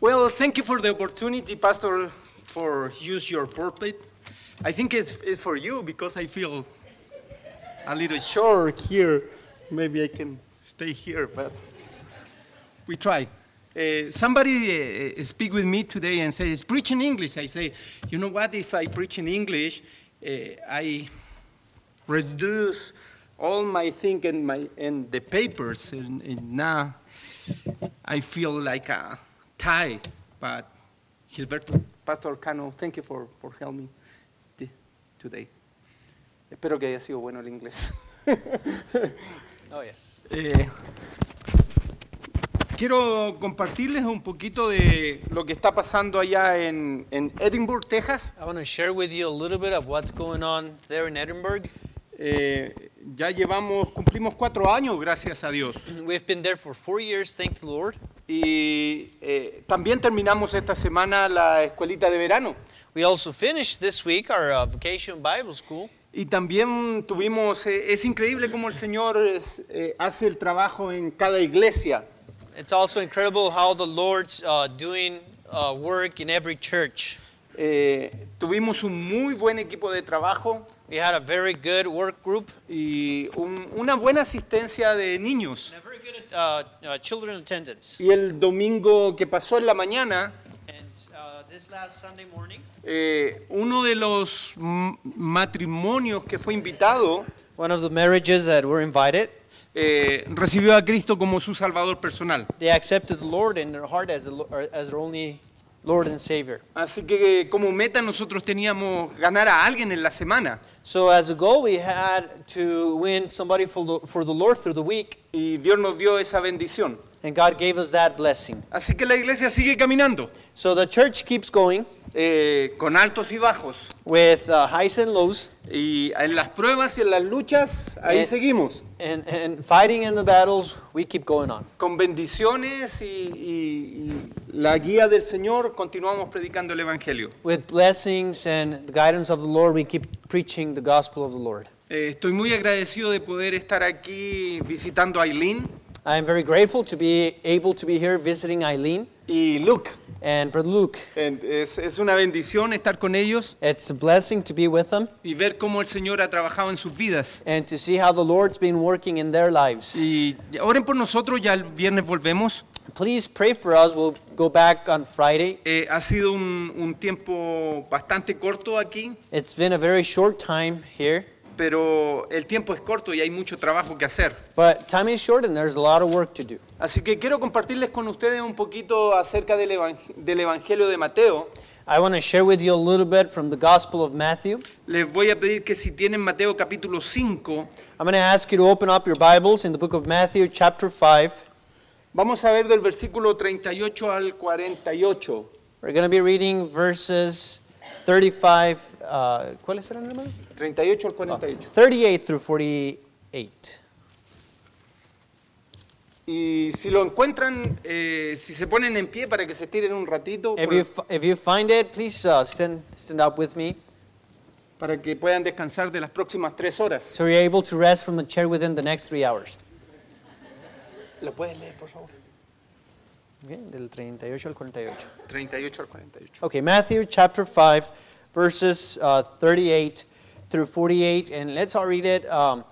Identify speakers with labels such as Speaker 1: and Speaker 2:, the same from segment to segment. Speaker 1: Well, thank you for the opportunity, Pastor, for use your pulpit. I think it's, it's for you because I feel a little short here. Maybe I can stay here, but we try. Uh, somebody uh, speak with me today and says, preach in English. I say, you know what, if I preach in English, uh, I reduce all my thing and, my, and the papers, and, and now I feel like a tie. But Gilberto, Pastor Cano, thank you for, for helping me today. Espero que haya sido bueno el inglés.
Speaker 2: Oh, yes.
Speaker 1: Eh, quiero compartirles un poquito de lo que está pasando allá en, en Edinburgh, Texas.
Speaker 2: I want to share with you a little bit of what's going on there in Edinburgh.
Speaker 1: Eh, ya llevamos, cumplimos cuatro años, gracias a Dios.
Speaker 2: We've been there for four years, thank the Lord.
Speaker 1: Y eh, también terminamos esta semana la escuelita de verano.
Speaker 2: We also finished this week our uh, vacation Bible school.
Speaker 1: Y también tuvimos, eh, es increíble cómo el Señor es, eh, hace el trabajo en cada iglesia.
Speaker 2: It's also incredible how the Lord's uh, doing uh, work in every church.
Speaker 1: Eh, tuvimos un muy buen equipo de trabajo
Speaker 2: We had a very good work group
Speaker 1: y un- una buena asistencia de niños.
Speaker 2: and a very good uh, uh, children attendance.
Speaker 1: Y el domingo que pasó en la mañana,
Speaker 2: And uh, this last Sunday morning,
Speaker 1: eh, uno de los m- matrimonios que fue invitado
Speaker 2: one of the marriages that were invited,
Speaker 1: eh, recibió a Cristo como su Salvador personal.
Speaker 2: they accepted the Lord in their heart as, the lo- or as their only Lord and Savior.
Speaker 1: Así que eh, como meta nosotros teníamos ganar a alguien en la semana.
Speaker 2: So as a goal, we had to win somebody for the, for the Lord through the week,
Speaker 1: Y Dios nos dio esa bendición.
Speaker 2: and God gave us that blessing.
Speaker 1: Así que la iglesia sigue caminando,
Speaker 2: So the church keeps going
Speaker 1: eh, con altos y bajos.
Speaker 2: with uh, highs and lows,
Speaker 1: Y en las pruebas y en las luchas, ahí
Speaker 2: Eh.
Speaker 1: seguimos.
Speaker 2: and, and fighting in the battles, we keep going on.
Speaker 1: Con bendiciones y, y- y la guía del Señor, continuamos predicando el Evangelio.
Speaker 2: With blessings and the guidance of the Lord, we keep preaching the gospel of the Lord.
Speaker 1: Eh, estoy muy agradecido de poder estar aquí visitando a Aileen
Speaker 2: I am very grateful to be able to be here visiting Eileen
Speaker 1: y Luke.
Speaker 2: and Brother Luke.
Speaker 1: En- Es, es una bendición estar con ellos
Speaker 2: It's a blessing to be with them
Speaker 1: y ver cómo el Señor ha trabajado en sus vidas.
Speaker 2: and to see how the Lord's been working in their lives.
Speaker 1: Y oren por nosotros, ya el viernes volvemos.
Speaker 2: Please pray for us. We'll go back on Friday.
Speaker 1: Eh, ha sido un, un tiempo bastante corto aquí,
Speaker 2: It's been a very short time here,
Speaker 1: pero el tiempo es corto y hay mucho trabajo que hacer.
Speaker 2: but time is short and there's a lot of work to do.
Speaker 1: Así que quiero compartirles con ustedes un poquito acerca del, evang- del Evangelio de Mateo.
Speaker 2: I want to share with you a little bit from the Gospel of Matthew.
Speaker 1: Les voy a pedir que si tienen Mateo capítulo 5,
Speaker 2: I'm going to ask you to open up your Bibles in the book of Matthew, chapter 5.
Speaker 1: vamos a ver del versículo 38 al 48.
Speaker 2: We're going to be reading verses 35, uh, ¿cuáles eran, hermano?
Speaker 1: 38 al 48.
Speaker 2: 38 through 48.
Speaker 1: Ah. Y si lo encuentran, eh, si se ponen en pie para que se estiren un ratito,
Speaker 2: If
Speaker 1: por-
Speaker 2: you, fi- if you find it, please uh, stand, stand up with me
Speaker 1: para que puedan descansar de las próximas tres horas.
Speaker 2: so you're able to rest from the chair within the next three hours.
Speaker 1: ¿Lo puedes leer, por favor?
Speaker 2: Okay, del 38 al 48.
Speaker 1: 38 al 48.
Speaker 2: Okay, Matthew chapter 5, verses uh, 38 through 48. And let's all read it. Um,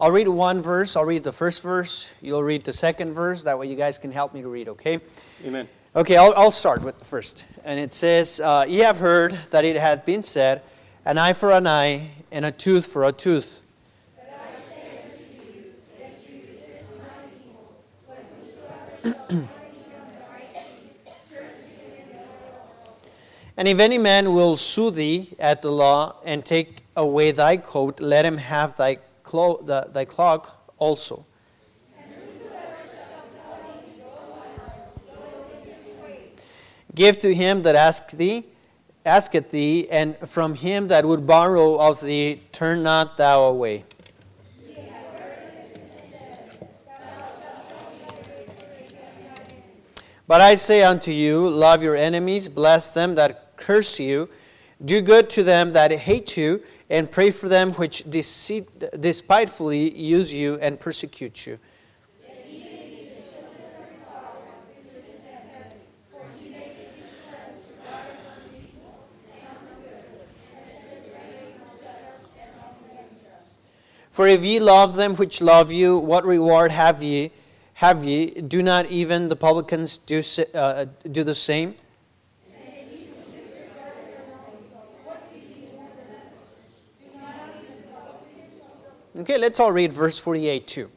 Speaker 2: I'll read one verse. I'll read the first verse. You'll read the second verse. That way you guys can help me to read, okay?
Speaker 1: Amén.
Speaker 2: Okay, I'll, I'll start with the first. And it says, uh, Ye have heard that it hath been said, An eye for an eye, and a tooth for a tooth. And if any man will sue thee at the law and take away thy coat, let him have thy, clo- th- thy cloak also. Give to him that ask thee, asketh thee, and from him that would borrow of thee, turn not thou away. But I say unto you, love your enemies, bless them that curse you, do good to them that hate you, and pray for them which deceit, despitefully use you and persecute you. For if ye love them which love you, what reward have ye? Have ye? Do not even the publicans do, si- uh, do the same? Okay, let's all read verse 48 too.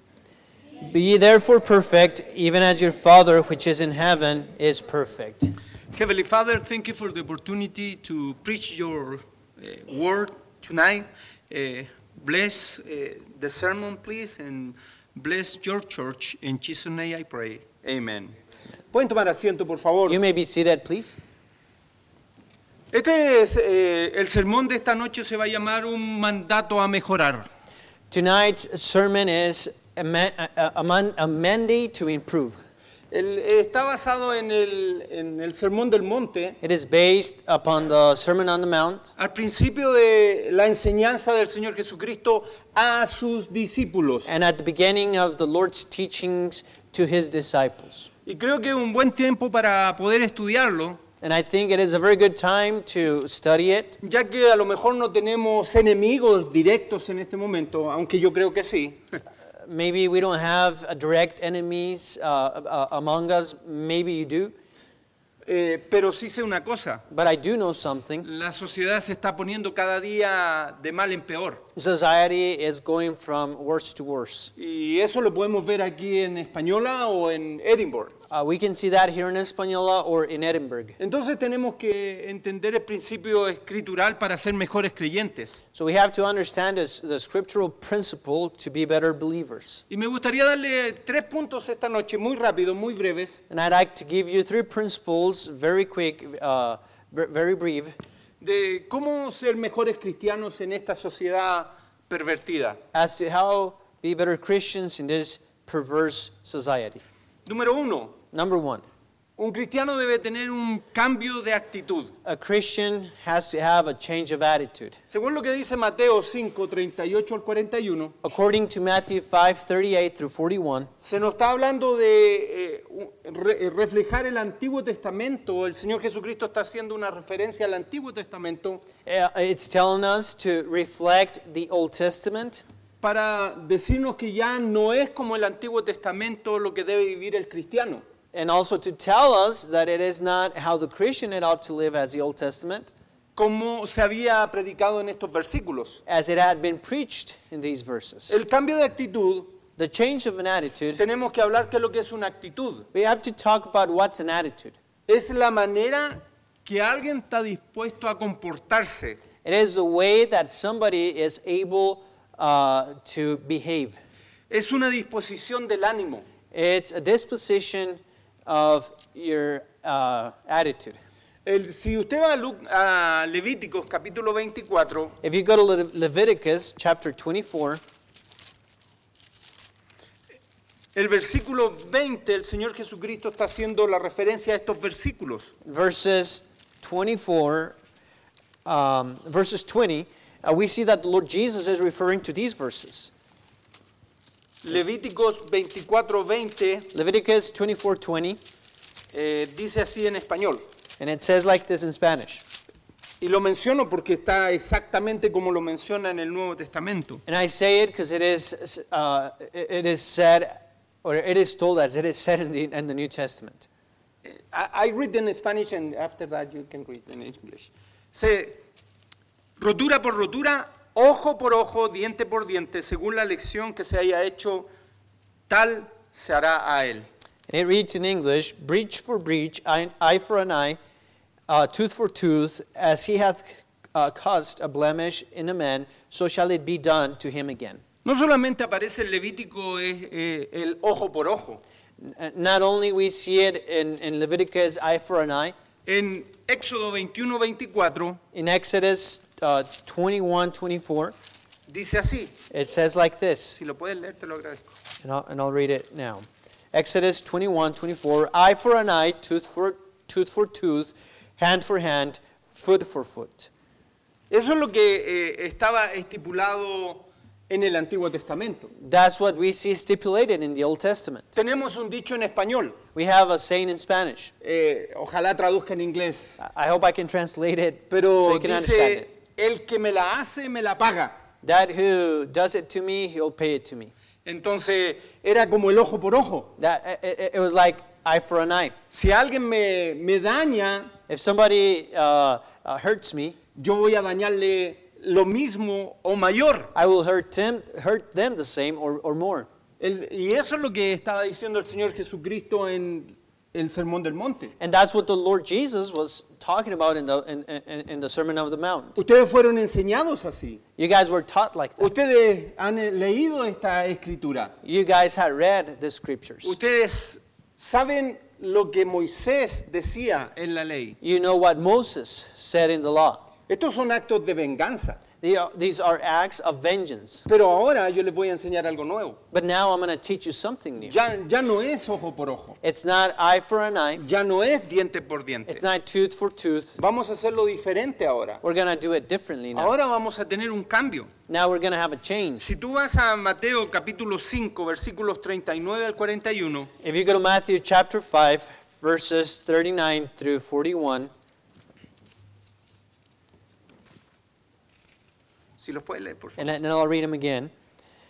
Speaker 2: Be ye therefore perfect, even as your Father which is in heaven is perfect.
Speaker 1: Heavenly Father, thank you for the opportunity to preach your uh, word tonight. Uh, bless uh, the sermon, please, and bless your church. In Jesus' name I pray. Amen. Pueden tomar asiento, por favor.
Speaker 2: You may be seated, please.
Speaker 1: Este es eh, el sermón de esta noche se va a llamar un mandato a mejorar.
Speaker 2: Tonight's sermon is a, ma- a, a, man- a mandate to improve.
Speaker 1: El- eh, está basado en el, en el sermón del monte.
Speaker 2: It is based upon the Sermon on the Mount
Speaker 1: Al principio de la enseñanza del Señor Jesucristo a sus discípulos.
Speaker 2: and at the beginning of the Lord's teachings to his disciples.
Speaker 1: Y creo que es un buen tiempo para poder estudiarlo,
Speaker 2: And I think it is a very good time to study it
Speaker 1: ya que a lo mejor no tenemos enemigos directos en este momento, aunque yo creo que sí.
Speaker 2: maybe we don't have uh, direct enemies uh, uh, among us. Maybe you do.
Speaker 1: Eh, pero sí sé una cosa,
Speaker 2: But I do know something.
Speaker 1: la sociedad se está poniendo cada día de mal en peor.
Speaker 2: Society is going from worse to worse.
Speaker 1: Y eso lo podemos ver aquí en Española o en Edinburgh.
Speaker 2: Uh, we can see that here in Española or in Edinburgh.
Speaker 1: Entonces tenemos que entender el principio escritural para ser mejores creyentes.
Speaker 2: So we have to understand this, the scriptural principle to be better believers.
Speaker 1: Y me gustaría darle tres puntos esta noche, muy rápido, muy breves,
Speaker 2: And I'd like to give you three principles, very quick, uh, ver- very brief,
Speaker 1: de cómo ser mejores cristianos en esta sociedad pervertida.
Speaker 2: as to how be better Christians in this perverse society.
Speaker 1: Número uno,
Speaker 2: Number one,
Speaker 1: un cristiano debe tener un cambio de actitud.
Speaker 2: a Christian has to have a change of attitude.
Speaker 1: Según lo que dice Mateo 5, 38 al 41,
Speaker 2: According to Matthew 5:38 through 41,
Speaker 1: se nos está hablando de eh, u- re- eh, reflejar el Antiguo Testamento. El Señor Jesucristo está haciendo una referencia al Antiguo Testamento
Speaker 2: uh, it's telling us to reflect the Old Testament
Speaker 1: para decirnos que ya no es como el Antiguo Testamento lo que debe vivir el cristiano.
Speaker 2: and also to tell us that it is not how the Christian had ought to live as the Old Testament
Speaker 1: como se había predicado en estos versículos.
Speaker 2: as it had been preached in these verses.
Speaker 1: El cambio de actitud,
Speaker 2: The change of an attitude,
Speaker 1: tenemos que hablar qué es lo que es una actitud.
Speaker 2: we have to talk about what's an attitude.
Speaker 1: Es la manera que alguien está dispuesto a comportarse.
Speaker 2: It is the way that somebody is able uh, to behave.
Speaker 1: Es una disposición del ánimo.
Speaker 2: It's a disposition of your uh, attitude.
Speaker 1: El- si usted va a, Lu- a Levíticos capítulo 24,
Speaker 2: If you go to Le- Leviticus chapter 24,
Speaker 1: el versículo 20, el Señor Jesucristo está haciendo la referencia a estos versículos.
Speaker 2: verses 24, um, verses 20, uh, we see that the Lord Jesus is referring to these verses.
Speaker 1: Levíticos 24, 20
Speaker 2: Leviticus 24 20,
Speaker 1: eh, dice así en español.
Speaker 2: and it says like this in Spanish.
Speaker 1: Y lo menciono porque está exactamente como lo menciona en el Nuevo Testamento.
Speaker 2: And I say it because it is uh, it is said, or it is told as it is said in the in the New Testament.
Speaker 1: Eh, I, I read in Spanish and after that you can read in English. Se, rotura por rotura, ojo por ojo, diente por diente, según la lección que se haya hecho, tal se hará a él.
Speaker 2: And it reads in English: breach for breach, eye, eye for an eye, uh, tooth for tooth. As he hath uh, caused a blemish in a man, so shall it be done to him again.
Speaker 1: No solamente aparece en Levítico es, eh, el ojo por ojo.
Speaker 2: N- Not only we see it in, in Leviticus, eye for an eye,
Speaker 1: En Éxodo 21-24
Speaker 2: in Exodus uh, 21, 24,
Speaker 1: dice así,
Speaker 2: it says like this.
Speaker 1: si lo puedes leer te lo agradezco.
Speaker 2: And I'll, and I'll read it now. Exodus 21, 24. Eye for an eye, tooth for, tooth for tooth, hand for hand, foot for foot.
Speaker 1: Eso es lo que eh, estaba estipulado en el Antiguo Testamento.
Speaker 2: That's what we see stipulated in the Old Testament.
Speaker 1: Tenemos un dicho en español,
Speaker 2: We have a saying in Spanish.
Speaker 1: eh, ojalá traduzca en inglés,
Speaker 2: I- I hope I can translate it
Speaker 1: pero
Speaker 2: so you can understand
Speaker 1: dice,
Speaker 2: it.
Speaker 1: el que me la hace, me la paga.
Speaker 2: That who does it to me, he'll pay it to me.
Speaker 1: Entonces era como el ojo por ojo.
Speaker 2: That it, it- it was like eye for an eye.
Speaker 1: Si alguien me, me daña,
Speaker 2: If somebody uh, uh, hurts me,
Speaker 1: yo voy a dañarle lo mismo o mayor.
Speaker 2: I will hurt them, hurt them the same or, or more.
Speaker 1: El- y eso es lo que estaba diciendo el Señor Jesucristo en el Sermón del Monte.
Speaker 2: And that's what the Lord Jesus was talking about in the, in, in, in the Sermon of the Mount.
Speaker 1: Ustedes fueron enseñados así.
Speaker 2: You guys were taught like that.
Speaker 1: Ustedes han eh, leído esta escritura.
Speaker 2: You guys had read the scriptures.
Speaker 1: Ustedes saben lo que Moisés decía en la ley.
Speaker 2: You know what Moses said in the law.
Speaker 1: Estos son actos de venganza.
Speaker 2: They are- These are acts of vengeance.
Speaker 1: Pero ahora yo les voy a enseñar algo nuevo.
Speaker 2: But now I'm going to teach you something new.
Speaker 1: Ya, ya no es ojo por ojo.
Speaker 2: It's not eye for an eye.
Speaker 1: Ya no es diente por diente.
Speaker 2: It's not tooth for tooth.
Speaker 1: Vamos a hacerlo diferente ahora.
Speaker 2: We're going to do it differently now.
Speaker 1: Ahora vamos a tener un cambio.
Speaker 2: Now we're going to have a change.
Speaker 1: Si tú vas a Mateo capítulo 5, versículos 39 al 41,
Speaker 2: If you go to Matthew chapter 5, verses 39 through 41,
Speaker 1: si los puedes leer, por favor.
Speaker 2: and then I'll read them again.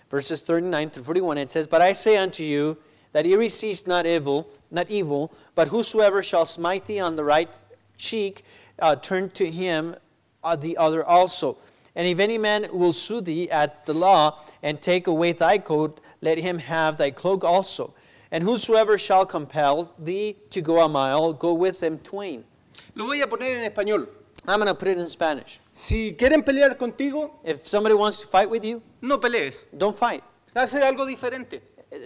Speaker 2: Verses 39 through 41, it says, But I say unto you, that ye resist not evil, not evil, but whosoever shall smite thee on the right cheek, uh, turn to him uh, the other also. And if any man will sue thee at the law, and take away thy coat, let him have thy cloak also. And whosoever shall compel thee to go a mile, go with him twain.
Speaker 1: Lo voy a poner en español.
Speaker 2: I'm going to put it in Spanish.
Speaker 1: Si quieren pelear contigo,
Speaker 2: If somebody wants to fight with you,
Speaker 1: no pelees.
Speaker 2: don't fight.
Speaker 1: Hacer algo diferente.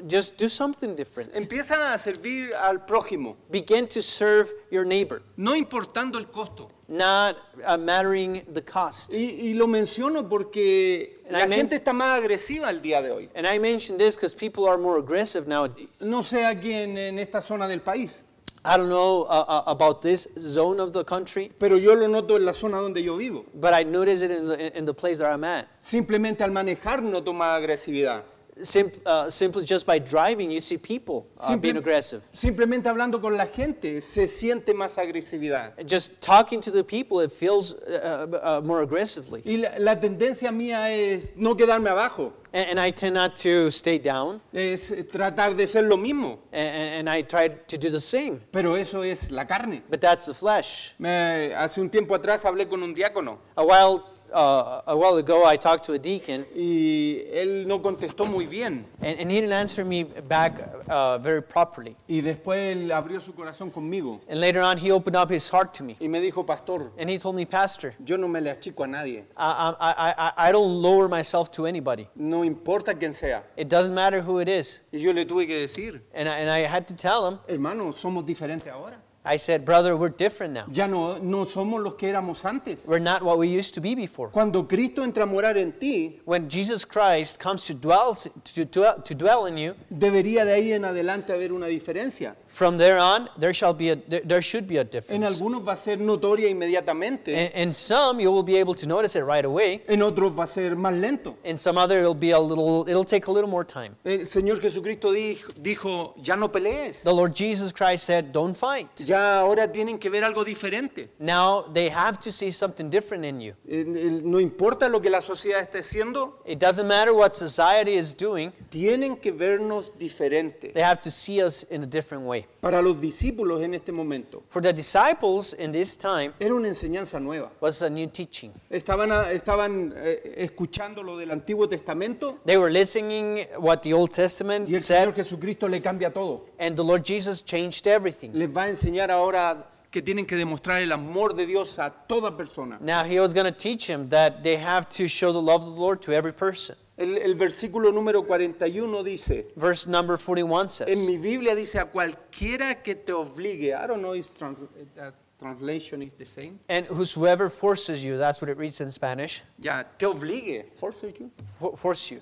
Speaker 2: Just do something different.
Speaker 1: Empieza a servir al prójimo,
Speaker 2: Begin to serve your neighbor,
Speaker 1: no importando el costo.
Speaker 2: not uh, mattering the cost.
Speaker 1: Y, y lo menciono porque la
Speaker 2: Amén.
Speaker 1: gente está más agresiva el día de hoy.
Speaker 2: And I mention this because people are more aggressive nowadays.
Speaker 1: No sé aquí en, en esta zona del país,
Speaker 2: I don't know uh, uh, about this zone of the country,
Speaker 1: pero yo lo noto en la zona donde yo vivo.
Speaker 2: but I notice it in the, in the place that I'm at.
Speaker 1: Simplemente al manejar no toma agresividad.
Speaker 2: Simp, uh, simply just by driving, you see people uh, being
Speaker 1: Simple-
Speaker 2: aggressive.
Speaker 1: Simplemente hablando con la gente se siente más agresividad.
Speaker 2: Just talking to the people, it feels uh, uh, more aggressively.
Speaker 1: Y la, la tendencia mía es no quedarme abajo,
Speaker 2: And, and I tend not to stay down,
Speaker 1: es tratar de ser lo mismo,
Speaker 2: and, and I try to do the same.
Speaker 1: pero eso es la carne.
Speaker 2: But that's the flesh.
Speaker 1: Me- hace un tiempo atrás hablé con un diácono
Speaker 2: A while, uh, a while ago, I talked to a deacon,
Speaker 1: y él no contestó muy bien.
Speaker 2: and, and he didn't answer me back uh, very properly.
Speaker 1: Y después él abrió su corazón conmigo
Speaker 2: And later on, he opened up his heart to me,
Speaker 1: y me dijo, pastor,
Speaker 2: and he told me, Pastor,
Speaker 1: yo no me le achico a nadie,
Speaker 2: I, I, I, I- I don't lower myself to anybody.
Speaker 1: no importa quién sea.
Speaker 2: It doesn't matter who it is.
Speaker 1: Y yo le tuve que decir,
Speaker 2: And I, and I had to tell him,
Speaker 1: hermano, somos diferentes ahora.
Speaker 2: I said, Brother, we're different now.
Speaker 1: Ya no, no somos los que éramos antes.
Speaker 2: We're not what we used to be before.
Speaker 1: Cuando Cristo entra a morar en ti,
Speaker 2: When Jesus Christ comes to dwell, to dwell, to dwell in you,
Speaker 1: debería de ahí en adelante haber una diferencia.
Speaker 2: from there on, there, shall be a, there there should be a
Speaker 1: En
Speaker 2: difference.
Speaker 1: algunos va a ser notoria inmediatamente,
Speaker 2: And, and some, you will be able to notice it right away.
Speaker 1: en otros va a ser más lento.
Speaker 2: and some other it'll be a little it'll take a little more time
Speaker 1: El Señor Jesucristo dijo, dijo ya no pelees.
Speaker 2: the lord jesus christ said don't fight
Speaker 1: Ya ahora tienen que ver algo diferente.
Speaker 2: now they have to see something different in you
Speaker 1: El- el- No importa lo que la sociedad esté haciendo,
Speaker 2: it doesn't matter what society is doing
Speaker 1: tienen que vernos diferente.
Speaker 2: they have to see us in a different way
Speaker 1: Para los discípulos en este momento
Speaker 2: for the disciples in this time
Speaker 1: era una enseñanza nueva.
Speaker 2: was a new teaching
Speaker 1: Estaban, a- estaban eh, escuchando lo del Antiguo Testamento
Speaker 2: they were listening what the old testament
Speaker 1: y el Señor
Speaker 2: said
Speaker 1: Jesucristo le cambia todo.
Speaker 2: and the lord jesus changed everything
Speaker 1: Les va a enseñar ahora que tienen que demostrar el amor de Dios a toda persona.
Speaker 2: now he was going to teach him that they have to show the love of the lord to every person
Speaker 1: El, el versículo número 41 dice,
Speaker 2: verse number 41
Speaker 1: en
Speaker 2: says
Speaker 1: mi Biblia dice a cualquiera que te obligue, I don't know if trans- that translation is the same.
Speaker 2: and whosoever forces you that's what it reads in spanish
Speaker 1: Ya, te obligue, force you.
Speaker 2: for- force you.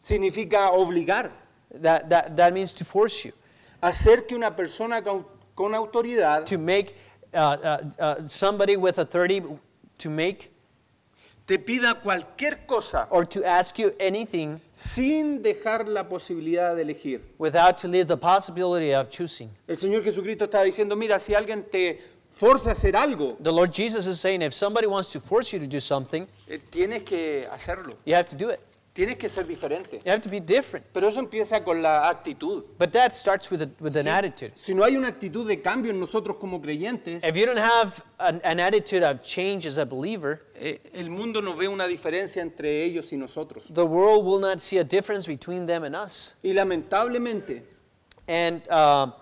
Speaker 1: Significa obligar,
Speaker 2: That, that, that means to force you,
Speaker 1: hacer que una persona con, con autoridad
Speaker 2: to make uh, uh, uh, somebody with authority to make
Speaker 1: te pida cualquier cosa
Speaker 2: or to ask you anything
Speaker 1: sin dejar la posibilidad de elegir.
Speaker 2: without to leave the possibility of choosing.
Speaker 1: El Señor Jesucristo estaba diciendo, mira, si alguien te forza a hacer algo,
Speaker 2: The Lord Jesus is saying if somebody wants to force you to do something,
Speaker 1: eh, tienes que hacerlo,
Speaker 2: you have to do it.
Speaker 1: tienes que ser diferente.
Speaker 2: You have to be different.
Speaker 1: Pero eso empieza con la actitud.
Speaker 2: But that starts with, a, with an
Speaker 1: Si-
Speaker 2: attitude.
Speaker 1: Si no hay una actitud de cambio en nosotros como creyentes,
Speaker 2: If you don't have an, an attitude of change as a believer,
Speaker 1: eh, el mundo no ve una diferencia entre ellos y nosotros.
Speaker 2: the world will not see a difference between them and us.
Speaker 1: Y lamentablemente,
Speaker 2: And um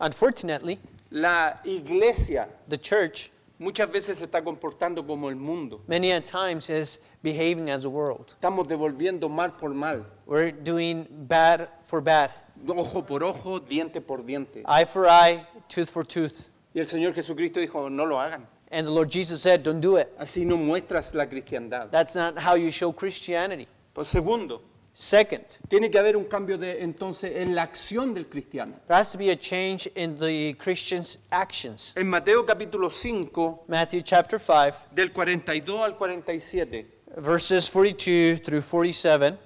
Speaker 2: unfortunately,
Speaker 1: la iglesia
Speaker 2: the church
Speaker 1: muchas veces se está comportando como el mundo.
Speaker 2: many a times is behaving as a world.
Speaker 1: Estamos devolviendo mal por mal,
Speaker 2: We're doing bad for bad,
Speaker 1: ojo por ojo, diente por diente.
Speaker 2: eye for eye, tooth for tooth.
Speaker 1: Y el Señor Jesucristo dijo, no lo hagan.
Speaker 2: And the Lord Jesus said, Don't do it.
Speaker 1: Así no muestras la cristiandad.
Speaker 2: That's not how you show Christianity.
Speaker 1: Por Pues segundo,
Speaker 2: Second,
Speaker 1: tiene que haber un cambio de entonces en la acción del cristiano.
Speaker 2: there has to be a change in the Christian's actions.
Speaker 1: En Mateo capítulo 5,
Speaker 2: Matthew chapter 5,
Speaker 1: del 42 al 47,
Speaker 2: verses 42 through 47,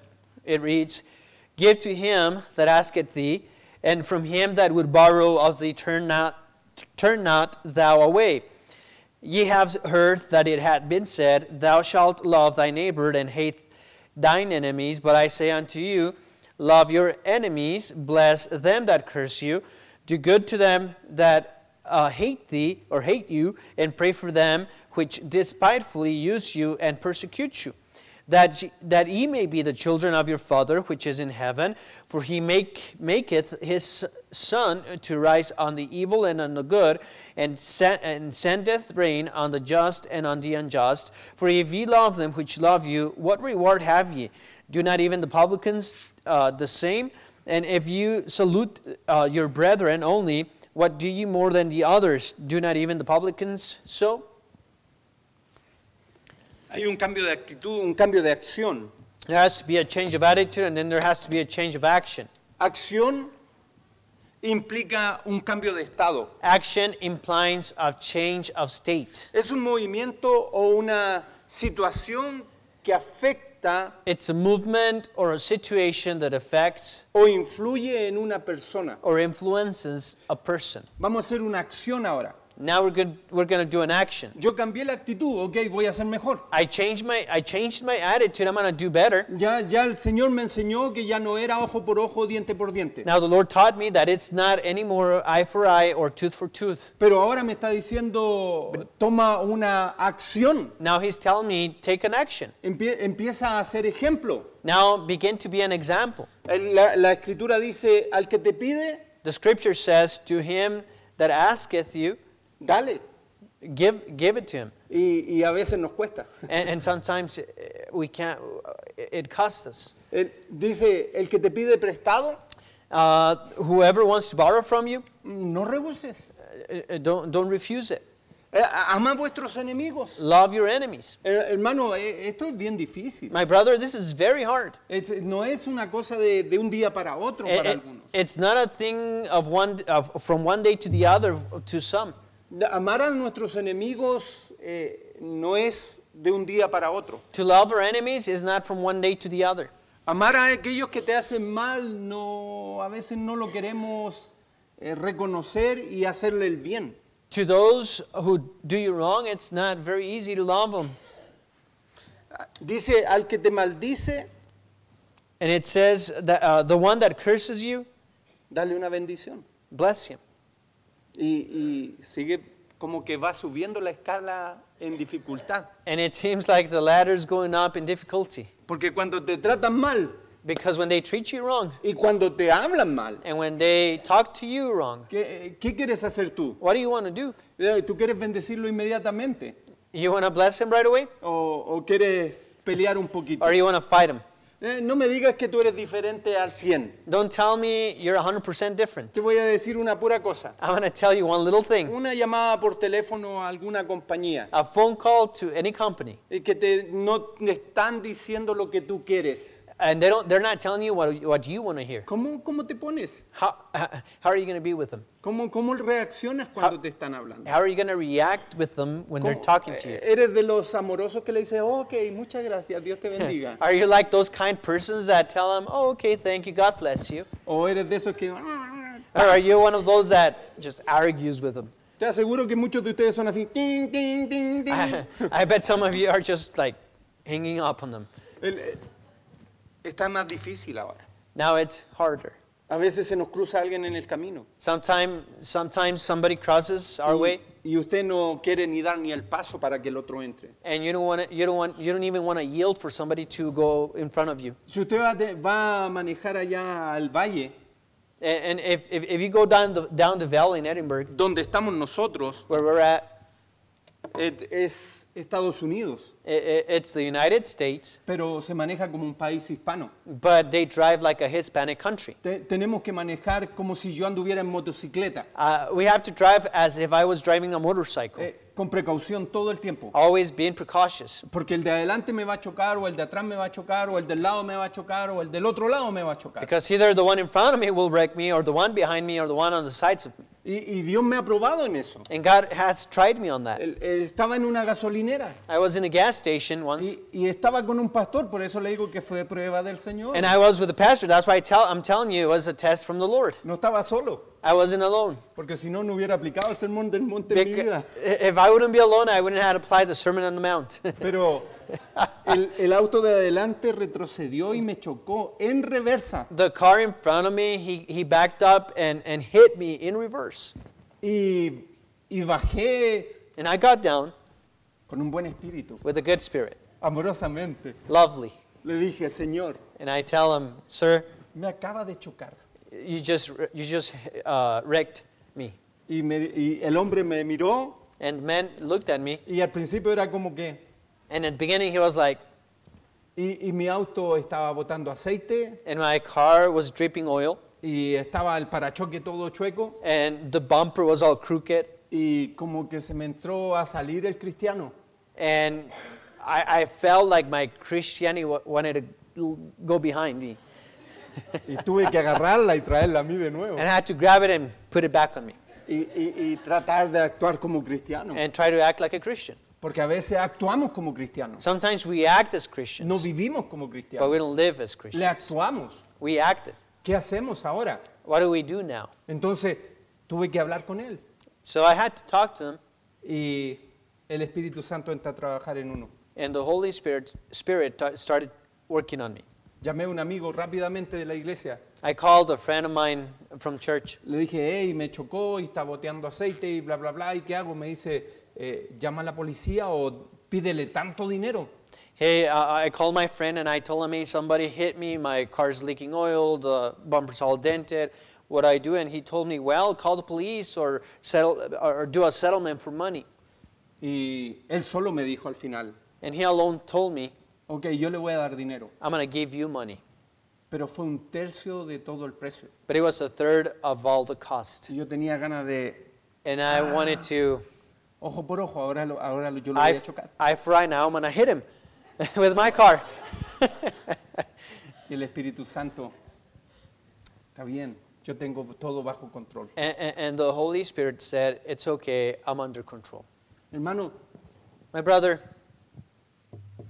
Speaker 2: it reads, Give to him that asketh thee, and from him that would borrow of thee, turn not, turn not thou away. Ye have heard that it had been said, Thou shalt love thy neighbor and hate thine enemies. But I say unto you, Love your enemies, bless them that curse you, do good to them that uh, hate thee or hate you, and pray for them which despitefully use you and persecute you that ye, that ye may be the children of your Father which is in heaven. For he make, maketh his sun to rise on the evil and on the good, and, sen- and sendeth rain on the just and on the unjust. For if ye love them which love you, what reward have ye? Do not even the publicans uh, the same? And if you salute uh, your brethren only, what do ye more than the others? Do not even the publicans so?
Speaker 1: hay un cambio de actitud, un cambio de acción.
Speaker 2: There has to be a change of attitude, and then there has to be a change of action.
Speaker 1: Acción implica un cambio de estado.
Speaker 2: Action implies a change of state.
Speaker 1: Es un movimiento o una situación que afecta
Speaker 2: It's a movement or a situation that affects
Speaker 1: o influye en una persona.
Speaker 2: or influences a person.
Speaker 1: Vamos a hacer una acción ahora.
Speaker 2: Now we're good, we're going to do an action.
Speaker 1: Yo cambié la actitud, ok, voy a ser mejor.
Speaker 2: I changed my I changed my attitude. I'm going to do better.
Speaker 1: Ya, ya el Señor me enseñó que ya no era ojo por ojo, diente por diente.
Speaker 2: Now the Lord taught me that it's not anymore eye for eye or tooth for tooth.
Speaker 1: Pero ahora me está diciendo, toma una acción,
Speaker 2: Now he's telling me take an action.
Speaker 1: Empie- empieza a hacer ejemplo.
Speaker 2: Now begin to be an example.
Speaker 1: El- La, la escritura dice, al que te pide,
Speaker 2: The scripture says to him that asketh you
Speaker 1: dale.
Speaker 2: give give it to him.
Speaker 1: Y, y a veces nos cuesta.
Speaker 2: and, and sometimes eh, we can't it- it costs us
Speaker 1: El- dice, el que te pide prestado,
Speaker 2: uh, whoever wants to borrow from you
Speaker 1: no rehuses.
Speaker 2: eh, eh, don't, don't refuse it
Speaker 1: Eh, a- ama a vuestros enemigos.
Speaker 2: love your enemies
Speaker 1: Eh, hermano, eh, esto es bien difícil.
Speaker 2: my brother this is very hard
Speaker 1: Es- no es una cosa de, de un día para otro
Speaker 2: It-
Speaker 1: para
Speaker 2: it-
Speaker 1: algunos.
Speaker 2: eh, it's not a thing of one of, from one day to the other to some
Speaker 1: Da- Amar a nuestros enemigos eh, no es de un día para otro.
Speaker 2: to love our enemies is not from one day to the other
Speaker 1: Amar a aquellos que te hacen mal, no, a veces no lo queremos eh, reconocer y hacerle el bien.
Speaker 2: to those who do you wrong it's not very easy to love them
Speaker 1: Dice, al que te maldice,
Speaker 2: and it says that uh, the one that curses you
Speaker 1: dale una bendición.
Speaker 2: bless him
Speaker 1: Y, y sigue como que va subiendo la escala en dificultad.
Speaker 2: and it seems like the ladder's going up in difficulty
Speaker 1: Porque cuando te tratan mal
Speaker 2: Because when they treat you wrong
Speaker 1: y cuando te hablan mal,
Speaker 2: and when they talk to you wrong,
Speaker 1: ¿qué, qué quieres hacer tú?
Speaker 2: what do you want to do?
Speaker 1: Eh, ¿Tú quieres bendecirlo inmediatamente?
Speaker 2: You want to bless him right away
Speaker 1: ¿O, o quieres pelear un poquito?
Speaker 2: or you want to fight him?
Speaker 1: Eh, no me digas que tú eres diferente al 100.
Speaker 2: Don't tell me you're 100% different.
Speaker 1: Te voy a decir una pura cosa.
Speaker 2: I'm going to tell you one little thing.
Speaker 1: Una llamada por teléfono a alguna compañía
Speaker 2: A phone call to any company
Speaker 1: eh, que te, no te están diciendo lo que tú quieres.
Speaker 2: and they don't they're not telling you what, what you want to hear.
Speaker 1: ¿Cómo, cómo te pones?
Speaker 2: How, how are you going to be with them?
Speaker 1: ¿Cómo, cómo reaccionas cuando te están hablando?
Speaker 2: How are you going to react with them when they're
Speaker 1: ¿Cómo-
Speaker 2: talking to you?
Speaker 1: eh, ¿Eres de los amorosos que le dices, ok, muchas gracias, Dios te bendiga?
Speaker 2: Are you like those kind persons that tell them, "Oh, okay, thank you. God bless you."
Speaker 1: ¿O eres de esos que... "Ah,
Speaker 2: Or are you one of those that just argues with them?
Speaker 1: Te aseguro que muchos de ustedes son así. "Ting, ting, ting, ting".
Speaker 2: I, I bet some of you are just like hanging up on them.
Speaker 1: El- eh, está más difícil ahora.
Speaker 2: Now it's harder.
Speaker 1: A veces se nos cruza alguien en el camino.
Speaker 2: Sometime, sometimes somebody crosses
Speaker 1: Mm.
Speaker 2: our way,
Speaker 1: Y usted no quiere ni dar ni el paso para que el otro entre.
Speaker 2: and you don't want to, you don't want, you don't even want to yield for somebody to go in front of you.
Speaker 1: Si usted va, de- va a manejar allá al valle,
Speaker 2: And, and if, if, if you go down the down the valley in Edinburgh,
Speaker 1: donde estamos nosotros,
Speaker 2: where we're at,
Speaker 1: et- es Estados Unidos,
Speaker 2: i i- it's the United States,
Speaker 1: pero se maneja como un país hispano.
Speaker 2: but they drive like a Hispanic country.
Speaker 1: Te- tenemos que manejar como si yo anduviera en motocicleta,
Speaker 2: Uh, we have to drive as if I was driving a motorcycle,
Speaker 1: eh, con precaución todo el tiempo.
Speaker 2: always being precautious,
Speaker 1: Porque el de adelante me va a chocar, o el de atrás me va a chocar, o el del lado me va a chocar, o el del otro lado me va a chocar.
Speaker 2: because either the one in front of me will wreck me, or the one behind me, or the one on the sides of me.
Speaker 1: Y, y Dios me ha probado en eso.
Speaker 2: And God has tried me on that.
Speaker 1: El- eh, estaba en una gasolinera
Speaker 2: I was in a gas station once,
Speaker 1: y, y estaba con un pastor, por eso le digo que fue prueba del Señor.
Speaker 2: and I was with a pastor. That's why I tell, I'm telling you, it was a test from the Lord.
Speaker 1: No estaba solo,
Speaker 2: I wasn't alone.
Speaker 1: porque si no, no hubiera aplicado el sermón del monte en mi
Speaker 2: Beca-
Speaker 1: vida.
Speaker 2: if I wouldn't be alone, I wouldn't have applied the Sermon on the Mount.
Speaker 1: Pero el, el auto de adelante retrocedió y me chocó en reversa.
Speaker 2: the car in front of me, he, he backed up and, and hit me in reverse.
Speaker 1: Y, y bajé
Speaker 2: And I got down
Speaker 1: con un buen espíritu,
Speaker 2: with a good spirit,
Speaker 1: amorosamente.
Speaker 2: lovely.
Speaker 1: Le dije, Señor,
Speaker 2: And I tell him, Sir,
Speaker 1: me acaba de chocar.
Speaker 2: you just, you just uh, wrecked me.
Speaker 1: Y, me- y el hombre me miró
Speaker 2: And the man looked at me,
Speaker 1: y al principio era como que...
Speaker 2: and at the beginning, he was like,
Speaker 1: Y, y mi auto estaba botando aceite
Speaker 2: and my car was dripping oil,
Speaker 1: y estaba el parachoque todo chueco
Speaker 2: and the bumper was all crooked.
Speaker 1: y como que se me entró a salir el cristiano.
Speaker 2: And I, I felt like my Christianity wa- wanted to l- go behind me.
Speaker 1: Y tuve que agarrarla y traerla a mí de nuevo.
Speaker 2: And I had to grab it and put it back on me
Speaker 1: Y, y- y tratar de actuar como cristiano.
Speaker 2: and try to act like a Christian.
Speaker 1: Porque a veces actuamos como cristianos.
Speaker 2: Sometimes we act as
Speaker 1: No
Speaker 2: Christians,
Speaker 1: vivimos como
Speaker 2: but
Speaker 1: cristianos.
Speaker 2: we don't live as
Speaker 1: Le
Speaker 2: Christians.
Speaker 1: actuamos.
Speaker 2: We acted.
Speaker 1: ¿Qué hacemos ahora?
Speaker 2: What do we do now?
Speaker 1: Entonces tuve que hablar con él.
Speaker 2: So I had to talk to him,
Speaker 1: Y el Espíritu Santo entra a trabajar en uno.
Speaker 2: and the Holy Spirit, Spirit ta- started working on me.
Speaker 1: Llamé a un amigo rápidamente de la iglesia.
Speaker 2: I called a friend of mine from church,
Speaker 1: Le dije, hey, me chocó y está boteando aceite y bla, bla, bla. ¿Y qué hago? Me dice, eh, llama a la policía o pídele tanto dinero.
Speaker 2: Hey, uh, I called my friend and I told him, hey, somebody hit me. My car's leaking oil. The bumper's all dented. What do I do? And he told me, well, call the police or settle or do a settlement for money.
Speaker 1: Y él solo me dijo al final,
Speaker 2: And he alone told me,
Speaker 1: ok, yo le voy a dar dinero.
Speaker 2: I'm gonna give you money.
Speaker 1: Pero fue un tercio de todo el precio.
Speaker 2: But it was a third of all the cost.
Speaker 1: Si yo tenía ganas de
Speaker 2: And I wanted to.
Speaker 1: ojo por ojo, ahora, lo- ahora lo- yo lo voy
Speaker 2: I,
Speaker 1: a chocar.
Speaker 2: I for right now I'm gonna hit him with my car.
Speaker 1: Y el Espíritu Santo, está bien, yo tengo todo bajo control.
Speaker 2: and, and, and the Holy Spirit said, it's okay. I'm under control.
Speaker 1: Hermano,
Speaker 2: My brother,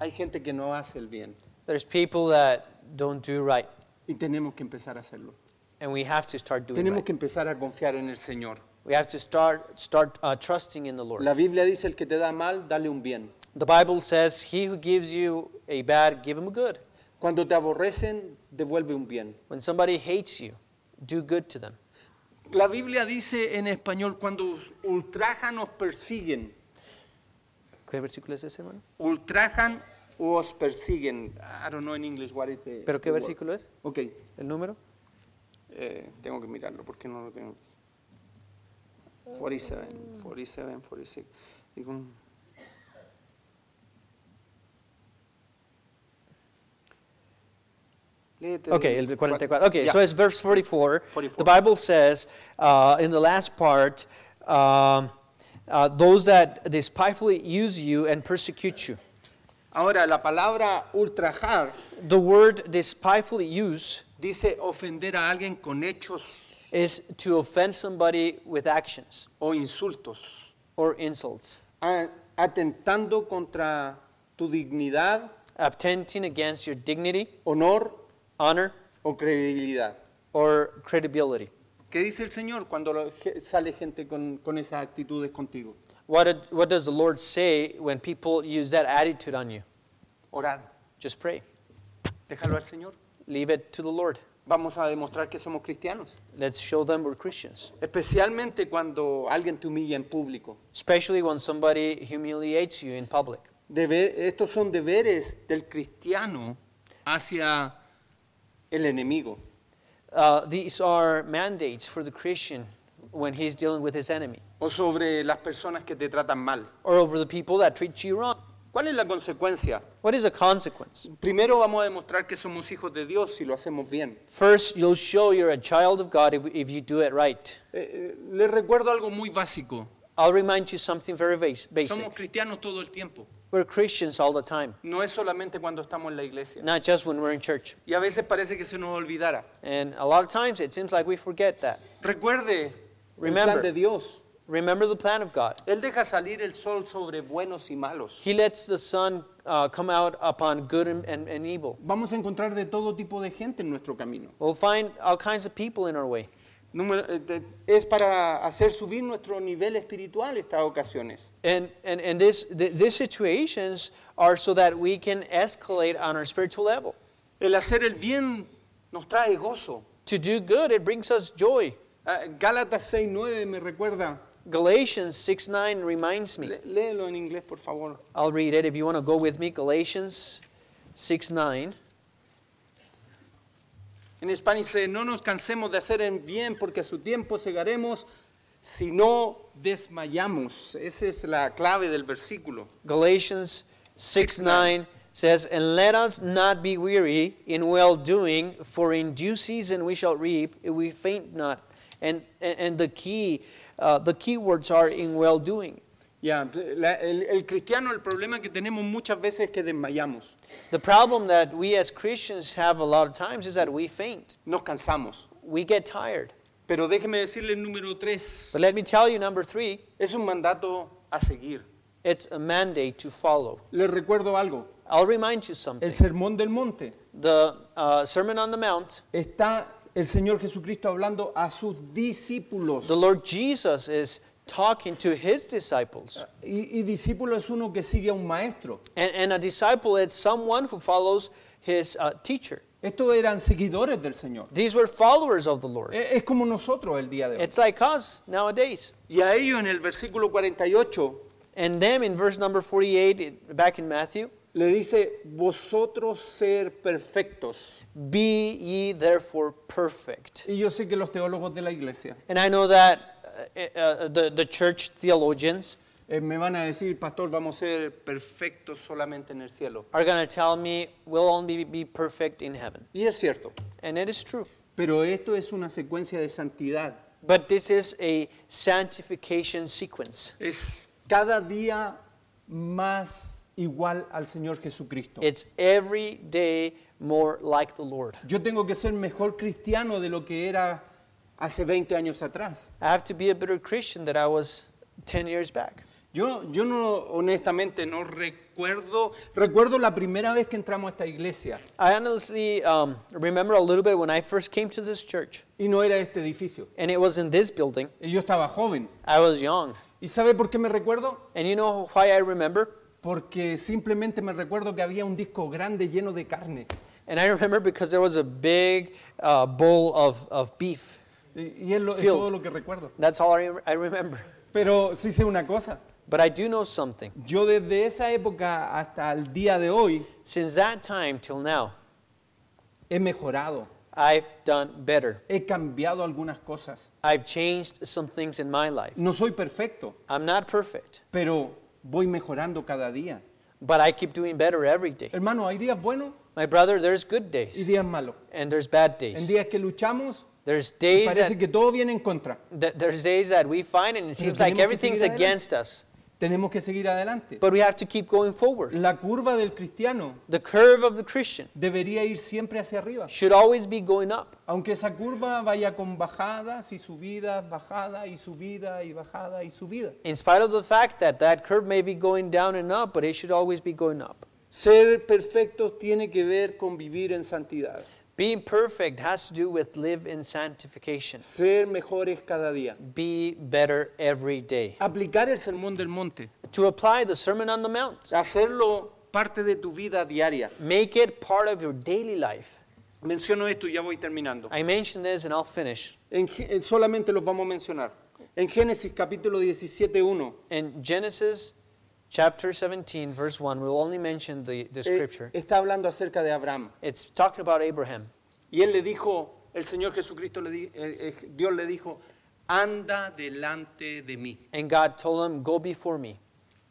Speaker 1: hay gente que no hace el bien
Speaker 2: there's people that don't do right.
Speaker 1: y tenemos que empezar a hacerlo.
Speaker 2: and we have to start doing
Speaker 1: Tenemos
Speaker 2: right.
Speaker 1: que empezar a confiar en el Señor.
Speaker 2: We have to start start uh, trusting in the Lord.
Speaker 1: La Biblia dice, el que te da mal, dale un bien.
Speaker 2: The Bible says, "He who gives you a bad, give him a good."
Speaker 1: Cuando te aborrecen, devuelve un bien.
Speaker 2: When somebody hates you, do good to them.
Speaker 1: La Biblia dice en español, cuando us- ultrajan, os persiguen.
Speaker 2: ¿Qué versículo es ese, hermano?
Speaker 1: Ultrajan o os persiguen. I don't know in English what it is.
Speaker 2: ¿Pero qué versículo es?
Speaker 1: Ok,
Speaker 2: ¿El número?
Speaker 1: eh, tengo que mirarlo porque no lo tengo. 47, 47, 46. Digo, mm. Léete
Speaker 2: Okay, el
Speaker 1: del
Speaker 2: 44. Okay,
Speaker 1: Ya.
Speaker 2: so it's verse 44.
Speaker 1: 44.
Speaker 2: The Bible says uh, in the last part, um, uh, those that despitefully use you and persecute you.
Speaker 1: Ahora, la palabra ultrajar
Speaker 2: The word despitefully use
Speaker 1: dice ofender a alguien con hechos
Speaker 2: is to offend somebody with actions.
Speaker 1: o insultos,
Speaker 2: or insults,
Speaker 1: a- atentando contra tu dignidad,
Speaker 2: attempting against your dignity,
Speaker 1: honor
Speaker 2: honor,
Speaker 1: o credibilidad.
Speaker 2: or credibility.
Speaker 1: ¿Qué dice el Señor cuando la ge- sale gente con, con esas actitudes contigo?
Speaker 2: What, did, what does the Lord say when people use that attitude on you?
Speaker 1: Orad,
Speaker 2: Just pray.
Speaker 1: déjalo al Señor.
Speaker 2: Leave it to the Lord.
Speaker 1: Vamos a demostrar que somos cristianos.
Speaker 2: Let's show them we're Christians.
Speaker 1: Especialmente cuando alguien te humilla en público.
Speaker 2: Especially when somebody humiliates you in public.
Speaker 1: Debe- estos son deberes del cristiano hacia el enemigo.
Speaker 2: Uh, these are mandates for the Christian when he's dealing with his enemy
Speaker 1: o sobre las personas que te tratan mal.
Speaker 2: or over the people that treat you wrong.
Speaker 1: ¿Cuál es la consecuencia?
Speaker 2: What is the consequence?
Speaker 1: Primero vamos a demostrar que somos hijos de Dios si lo hacemos bien.
Speaker 2: First, you'll show you're a child of God if, if you do it right.
Speaker 1: Eh, eh, les recuerdo algo muy básico.
Speaker 2: I'll remind you something very bas-
Speaker 1: Somos
Speaker 2: basic.
Speaker 1: cristianos todo el tiempo.
Speaker 2: We're Christians all the time,
Speaker 1: No es solamente cuando estamos en la iglesia.
Speaker 2: not just when we're in church.
Speaker 1: Y a veces parece que se nos olvidara.
Speaker 2: And a lot of times it seems like we forget that.
Speaker 1: Recuerde el plan
Speaker 2: Remember.
Speaker 1: de Dios.
Speaker 2: Remember the plan of God.
Speaker 1: Él deja salir el sol sobre buenos y malos.
Speaker 2: He lets the sun uh, come out upon good and, and, and evil.
Speaker 1: Vamos a encontrar de todo tipo de gente en nuestro camino.
Speaker 2: We'll find all kinds of people in our way.
Speaker 1: Número- eh, de- es para hacer subir nuestro nivel espiritual estas ocasiones.
Speaker 2: And, and, and this, th- these situations are so that we can escalate on our spiritual level.
Speaker 1: El hacer el bien nos trae gozo.
Speaker 2: To do good, it brings us joy.
Speaker 1: Ah, Gálatas 6.9 me recuerda.
Speaker 2: Galatians 6 9 reminds me.
Speaker 1: Lé- léelo en inglés, por favor.
Speaker 2: I'll read it if you want to go with me. Galatians 6 9.
Speaker 1: En español dice, no nos cansemos de hacer el bien porque a su tiempo segaremos si no desmayamos. Esa es la clave del versículo.
Speaker 2: Galatians 6
Speaker 1: 6:9.
Speaker 2: 9 says, And let us not be weary in well doing, for in due season we shall reap if we faint not. And, and, and the key uh, the key words are in well doing.
Speaker 1: Ya, la- el, el cristiano, el problema que tenemos muchas veces es que desmayamos,
Speaker 2: The problem that we as Christians have a lot of times is that we faint,
Speaker 1: nos cansamos.
Speaker 2: we get tired.
Speaker 1: Pero déjeme decirle el número 3,
Speaker 2: But let me tell you, number three,
Speaker 1: es un mandato a seguir.
Speaker 2: it's a mandate to follow.
Speaker 1: Les recuerdo algo,
Speaker 2: I'll remind you
Speaker 1: el
Speaker 2: something.
Speaker 1: sermón del monte.
Speaker 2: The uh, Sermon on the Mount
Speaker 1: está el Señor Jesucristo hablando a sus discípulos.
Speaker 2: The Lord Jesus is talking to his disciples.
Speaker 1: Y, y discípulo es uno que sigue a un maestro.
Speaker 2: And, and a disciple is someone who follows his uh, teacher.
Speaker 1: Estos eran seguidores del Señor.
Speaker 2: These were followers of the Lord.
Speaker 1: E- Es como nosotros el día de hoy.
Speaker 2: It's like us nowadays.
Speaker 1: Y a ellos en el versículo 48
Speaker 2: And then in verse number 48, it- back in Matthew,
Speaker 1: le dice, vosotros ser perfectos.
Speaker 2: be ye therefore perfect.
Speaker 1: Y yo sé que los teólogos de la iglesia
Speaker 2: And I know that uh, uh, the, the church theologians
Speaker 1: eh, me van a decir, pastor, vamos a ser perfectos solamente en el cielo.
Speaker 2: are going to tell me, we'll only be perfect in heaven.
Speaker 1: Y es cierto,
Speaker 2: And it is true.
Speaker 1: pero esto es una secuencia de santidad.
Speaker 2: But this is a sanctification sequence.
Speaker 1: es cada día más igual al Señor Jesucristo.
Speaker 2: It's every day more like the Lord.
Speaker 1: Yo tengo que ser mejor cristiano de lo que era hace 20 años atrás.
Speaker 2: I have to be a better Christian than I was 10 years back.
Speaker 1: Yo, yo no, honestamente, no recuerdo, recuerdo la primera vez que entramos a esta iglesia
Speaker 2: I honestly um, remember a little bit when I first came to this church,
Speaker 1: y no era este edificio.
Speaker 2: and it was in this building.
Speaker 1: Y Yo estaba joven.
Speaker 2: I was young.
Speaker 1: ¿Y sabe por qué me recuerdo?
Speaker 2: And you know why I remember?
Speaker 1: Porque simplemente me recuerdo que había un disco grande lleno de carne.
Speaker 2: And I remember because there was a big uh, bowl of, of beef.
Speaker 1: Y, y es, lo- es
Speaker 2: Field.
Speaker 1: todo lo que recuerdo.
Speaker 2: That's all I, rem- I remember.
Speaker 1: Pero sí sé una cosa.
Speaker 2: But I do know something.
Speaker 1: Yo desde esa época hasta el día de hoy
Speaker 2: Since that time till now,
Speaker 1: he mejorado,
Speaker 2: I've done better.
Speaker 1: he cambiado algunas cosas.
Speaker 2: I've changed some things in my life.
Speaker 1: No soy perfecto,
Speaker 2: I'm not perfect,
Speaker 1: pero voy mejorando cada día.
Speaker 2: but I keep doing better every day.
Speaker 1: Hermano, hay días buenos
Speaker 2: My brother, there's good
Speaker 1: y
Speaker 2: days
Speaker 1: días malos.
Speaker 2: and there's bad
Speaker 1: En
Speaker 2: days.
Speaker 1: días que luchamos,
Speaker 2: There's
Speaker 1: y
Speaker 2: days
Speaker 1: parece
Speaker 2: that,
Speaker 1: que todo viene en contra.
Speaker 2: that there's days that we find and it seems
Speaker 1: tenemos
Speaker 2: like
Speaker 1: que
Speaker 2: everything's
Speaker 1: seguir adelante.
Speaker 2: against us,
Speaker 1: Tenemos que seguir adelante.
Speaker 2: but we have to keep going forward.
Speaker 1: La curva del cristiano
Speaker 2: The curve of the Christian
Speaker 1: debería ir siempre hacia arriba.
Speaker 2: should always be going up,
Speaker 1: Aunque esa curva vaya con bajadas y subidas, bajada y subida y bajada y subida.
Speaker 2: in spite of the fact that that curve may be going down and up, but it should always be going up.
Speaker 1: Ser perfectos tiene que ver con vivir en santidad.
Speaker 2: Being perfect has to do with live in sanctification.
Speaker 1: Ser mejores cada día.
Speaker 2: Be better every day.
Speaker 1: Aplicar el sermón del monte.
Speaker 2: To apply the Sermon on the Mount,
Speaker 1: Hacerlo parte de tu vida diaria.
Speaker 2: make it part of your daily life.
Speaker 1: Menciono esto y ya voy terminando.
Speaker 2: I mentioned this and I'll finish.
Speaker 1: En Gé- eh, solamente los vamos a mencionar. En Génesis capítulo 17, 1.
Speaker 2: In Genesis chapter 17, verse 1, we'll only mention the, the scripture.
Speaker 1: eh, está hablando acerca de Abraham.
Speaker 2: It's talking about Abraham.
Speaker 1: Y él le dijo, el Señor Jesucristo, le di- eh, eh, Dios le dijo, anda delante de mí.
Speaker 2: And God told him, Go before me.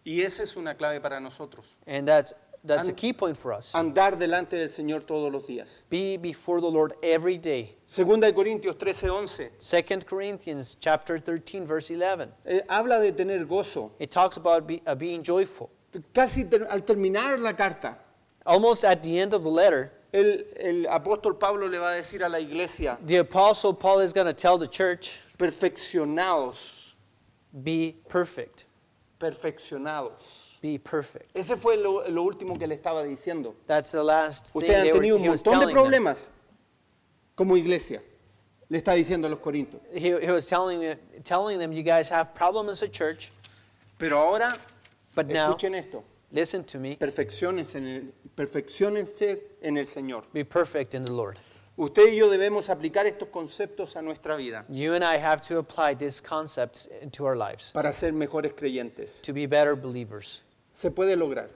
Speaker 1: Y esa es una clave para nosotros.
Speaker 2: And that's, that's a
Speaker 1: And-
Speaker 2: key point for us.
Speaker 1: Andar delante del Señor todos los días.
Speaker 2: Be before the Lord every day.
Speaker 1: Segunda de Corintios 13, 11.
Speaker 2: 2 Corinthians chapter 13, verse 11.
Speaker 1: eh, habla de tener gozo.
Speaker 2: It talks about be, uh, being joyful.
Speaker 1: Casi ter- al terminar la carta,
Speaker 2: Almost at the end of the letter,
Speaker 1: el, el apóstol Pablo le va a decir a la iglesia,
Speaker 2: the apostle Paul is going to tell the church,
Speaker 1: perfeccionados,
Speaker 2: Be perfect.
Speaker 1: perfeccionados.
Speaker 2: Be perfect.
Speaker 1: Ese fue lo, lo último que le estaba diciendo.
Speaker 2: That's the last thing
Speaker 1: Ustedes
Speaker 2: they
Speaker 1: han
Speaker 2: were,
Speaker 1: tenido un
Speaker 2: he was
Speaker 1: montón de
Speaker 2: telling them.
Speaker 1: problemas como iglesia, le está diciendo a los corintios.
Speaker 2: he, he was telling, it- telling them, you guys have problems as a church,
Speaker 1: Pero ahora,
Speaker 2: but now,
Speaker 1: escuchen esto,
Speaker 2: listen to me,
Speaker 1: perfeccionense en el, perfeccionense en el Señor.
Speaker 2: be perfect in the Lord.
Speaker 1: Usted y yo debemos aplicar estos conceptos a nuestra vida
Speaker 2: You and I have to apply these concepts into our lives
Speaker 1: para ser mejores creyentes.
Speaker 2: to be better believers.
Speaker 1: Se puede lograr.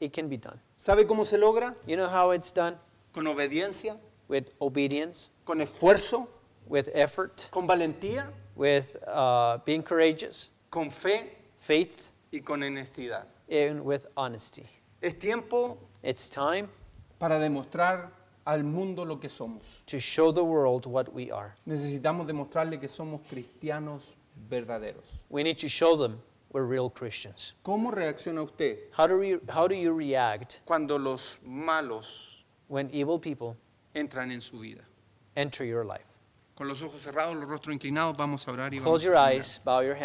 Speaker 2: It can be done.
Speaker 1: ¿Sabe cómo se logra?
Speaker 2: You know how it's done?
Speaker 1: Con obediencia,
Speaker 2: With obedience,
Speaker 1: con esfuerzo,
Speaker 2: with effort,
Speaker 1: con valentía,
Speaker 2: with uh, being courageous,
Speaker 1: con fe
Speaker 2: faith,
Speaker 1: y con honestidad.
Speaker 2: and with honesty.
Speaker 1: Es tiempo
Speaker 2: It's time
Speaker 1: para demostrar al mundo lo que somos.
Speaker 2: to show the world what we are.
Speaker 1: Necesitamos demostrarle que somos cristianos verdaderos.
Speaker 2: We need to show them we're real Christians.
Speaker 1: ¿Cómo reacciona usted
Speaker 2: How do, we, how do you react
Speaker 1: cuando los malos
Speaker 2: when evil people
Speaker 1: entran en su vida?
Speaker 2: enter your life.
Speaker 1: Con los ojos cerrados, los rostros inclinados, vamos a orar y
Speaker 2: Close
Speaker 1: vamos a
Speaker 2: your
Speaker 1: terminar.
Speaker 2: eyes, bow your head.